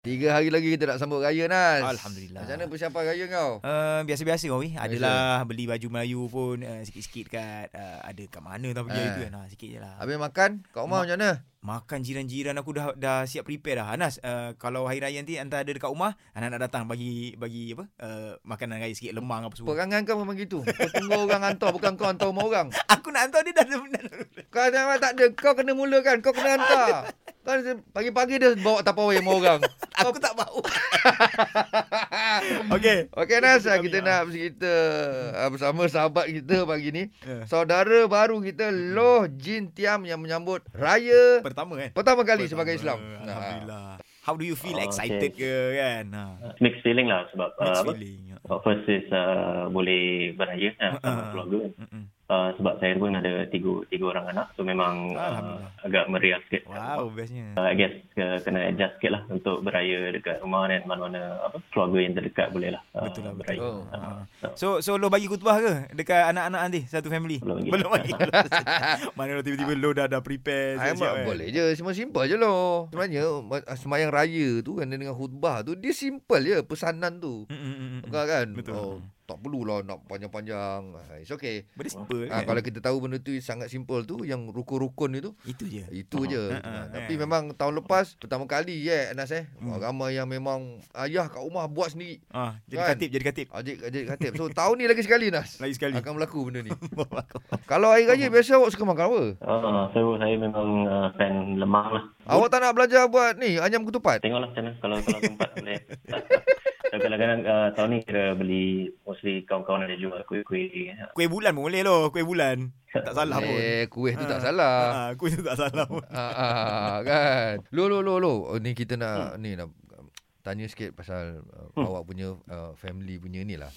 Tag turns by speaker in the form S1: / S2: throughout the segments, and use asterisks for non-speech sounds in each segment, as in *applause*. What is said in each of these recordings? S1: Tiga hari lagi kita nak sambut raya Nas
S2: Alhamdulillah.
S1: Macam mana persiapan raya kau?
S2: Uh, biasa-biasa kau weh. Adalah beli baju Melayu pun uh, sikit-sikit kat uh, ada kat mana tak pergi
S1: Eh.
S2: hari tu kan. Ha, sikit je lah.
S1: Habis makan kat rumah
S2: Ma-
S1: macam mana?
S2: Makan jiran-jiran aku dah dah siap prepare dah. Anas uh, kalau hari raya nanti hantar ada dekat rumah, anak nak datang bagi bagi apa? Uh, makanan raya sikit lemang apa semua.
S1: Perangan kau memang gitu Kau tunggu orang hantar Bukan kau hantar rumah orang
S2: Aku nak hantar dia dah ada benda.
S1: Kau memang tak ada Kau kena mulakan Kau kena hantar Kau pagi-pagi dia bawa tapawai rumah orang *laughs*
S2: Aku tak bau. Okey.
S1: Okey Nas
S2: Itu kami,
S1: Kita
S2: ah.
S1: nak kita ah, Bersama sahabat kita pagi ni
S2: Eh,
S1: Saudara baru kita Loh Jin Tiam Yang menyambut Raya
S2: Pertama kan.
S1: Pertama kali
S2: Pertama.
S1: sebagai Islam
S2: Alhamdulillah. How do you feel
S3: Oh,
S2: excited
S3: okay.
S2: ke kan? Ha.
S3: Mixed feeling lah sebab uh,
S2: Mixed
S3: apa?
S2: feeling.
S3: Uh, First is uh, boleh beraya uh,
S2: Ah.
S3: sama keluarga kan.
S2: Mm-mm.
S3: Uh, sebab saya pun ada tiga tiga orang anak so memang uh,
S2: Alhamdulillah.
S3: agak meriah sikit.
S2: Wow, bestnya.
S3: Uh, I guess uh, kena adjust sikit lah untuk beraya dekat rumah dan mana-mana apa, keluarga yang terdekat boleh lah uh,
S2: Betul lah betul.
S3: beraya.
S1: Oh.
S2: Oh. So so lo bagi khutbah ke dekat anak-anak nanti satu family?
S3: Belum lagi.
S2: Belum lagi. Mana lo tiba-tiba lo dah dah prepare
S1: Ah,
S2: siap-siap,
S1: Ahmad
S2: kan?
S1: boleh je Semua simple je loh Sebenarnya ma- Semayang raya tu kan Dengan khutbah tu Dia simple je Pesanan tu
S2: Mm, mm, mm, mm.
S1: Bukan kan
S2: Betul.
S1: Oh, Tak perlulah nak panjang-panjang Ah, It's okay
S2: Benda simple
S1: ha,
S2: kan?
S1: Kalau kita tahu benda tu Sangat simple tu Yang rukun-rukun itu
S2: Itu je.
S1: Itu
S3: Ah,
S1: je
S2: ah,
S1: Ah,
S2: ah,
S1: Tapi
S2: eh.
S1: memang tahun lepas Pertama kali ya yeah, Anas eh
S2: Hmm.
S1: Wah, Ramai yang memang Ayah kat rumah buat sendiri
S2: Ah, jadi
S1: Kan?
S2: katib, jadi katib.
S1: Adik adik khatib So tahun ni lagi sekali Nas
S2: Lagi sekali.
S1: Akan berlaku benda ni Kalau air raya biasa awak suka makan apa?
S3: Uh, so saya memang uh, fan lemang lah.
S1: Awak tak nak belajar buat ni Ayam ketupat?
S3: Tengoklah macam mana kalau kalau tempat *laughs* boleh. So, kadang-kadang uh, tahun ni kira beli mostly kawan-kawan ada jual
S2: *laughs*
S3: kuih-kuih. eh.
S2: Kuih bulan pun boleh lo, kuih bulan. Tak salah Lah, pun.
S1: Eh, kuih tu tak
S2: Ah,
S1: salah.
S2: Ah, kuih tu tak salah
S1: *laughs*
S2: pun.
S1: Ah, ah, kan. Lo lo lo lo. Oh, ni kita nak ni nak um, tanya sikit pasal uh, awak punya uh, family punya ni lah.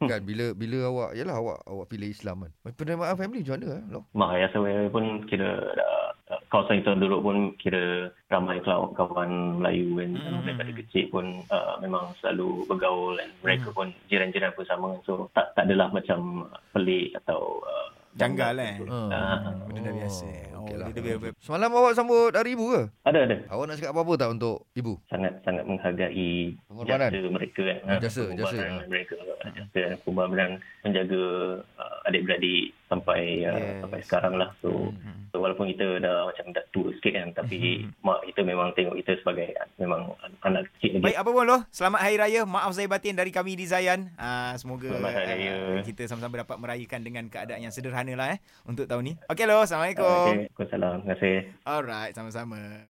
S1: Kan bila bila awak yalah awak awak pilih Islam kan. Penerimaan family macam mana eh, lo?
S3: Mak ayah saya pun kira dah, kawasan kita duduk pun kira ramai kawan, kawan Melayu kan
S2: Hmm.
S3: hmm. daripada kecil pun uh, memang selalu bergaul dan mereka pun jiran-jiran pun sama so tak tak adalah macam pelik atau uh,
S2: Janggal eh.
S1: Hmm.
S3: Ah,
S2: benda dah biasa. Oh,
S1: okey
S2: dia
S1: lah.
S2: dah biasa.
S1: Semalam awak sambut hari ibu ke?
S3: ada ada
S1: Awak nak cakap apa-apa tak untuk ibu?
S2: Ya.
S3: sangat sangat menghargai
S1: Pengorbanan.
S3: jasa mereka kan
S1: Ah, jasa, jasa.
S3: Pengorbanan mereka jasa dan pengorbanan menjaga uh, adik-beradik sampai uh,
S2: Yes.
S3: sampai sekarang lah so
S2: Hmm.
S3: So, walaupun kita dah macam dah tua sikit kan tapi
S2: Mhm.
S3: mak kita memang tengok kita sebagai memang anak kecil lagi.
S2: Baik apa pun lo Selamat Hari Raya Maaf saya batin dari kami di Zayan uh, Semoga
S3: Selamat Hari Raya.
S2: ah, Kita sama-sama dapat merayakan Dengan keadaan yang
S3: Ah,
S2: sederhana lah eh Untuk tahun ni Okey lo Assalamualaikum
S3: Waalaikumsalam. Terima kasih.
S2: Alright sama-sama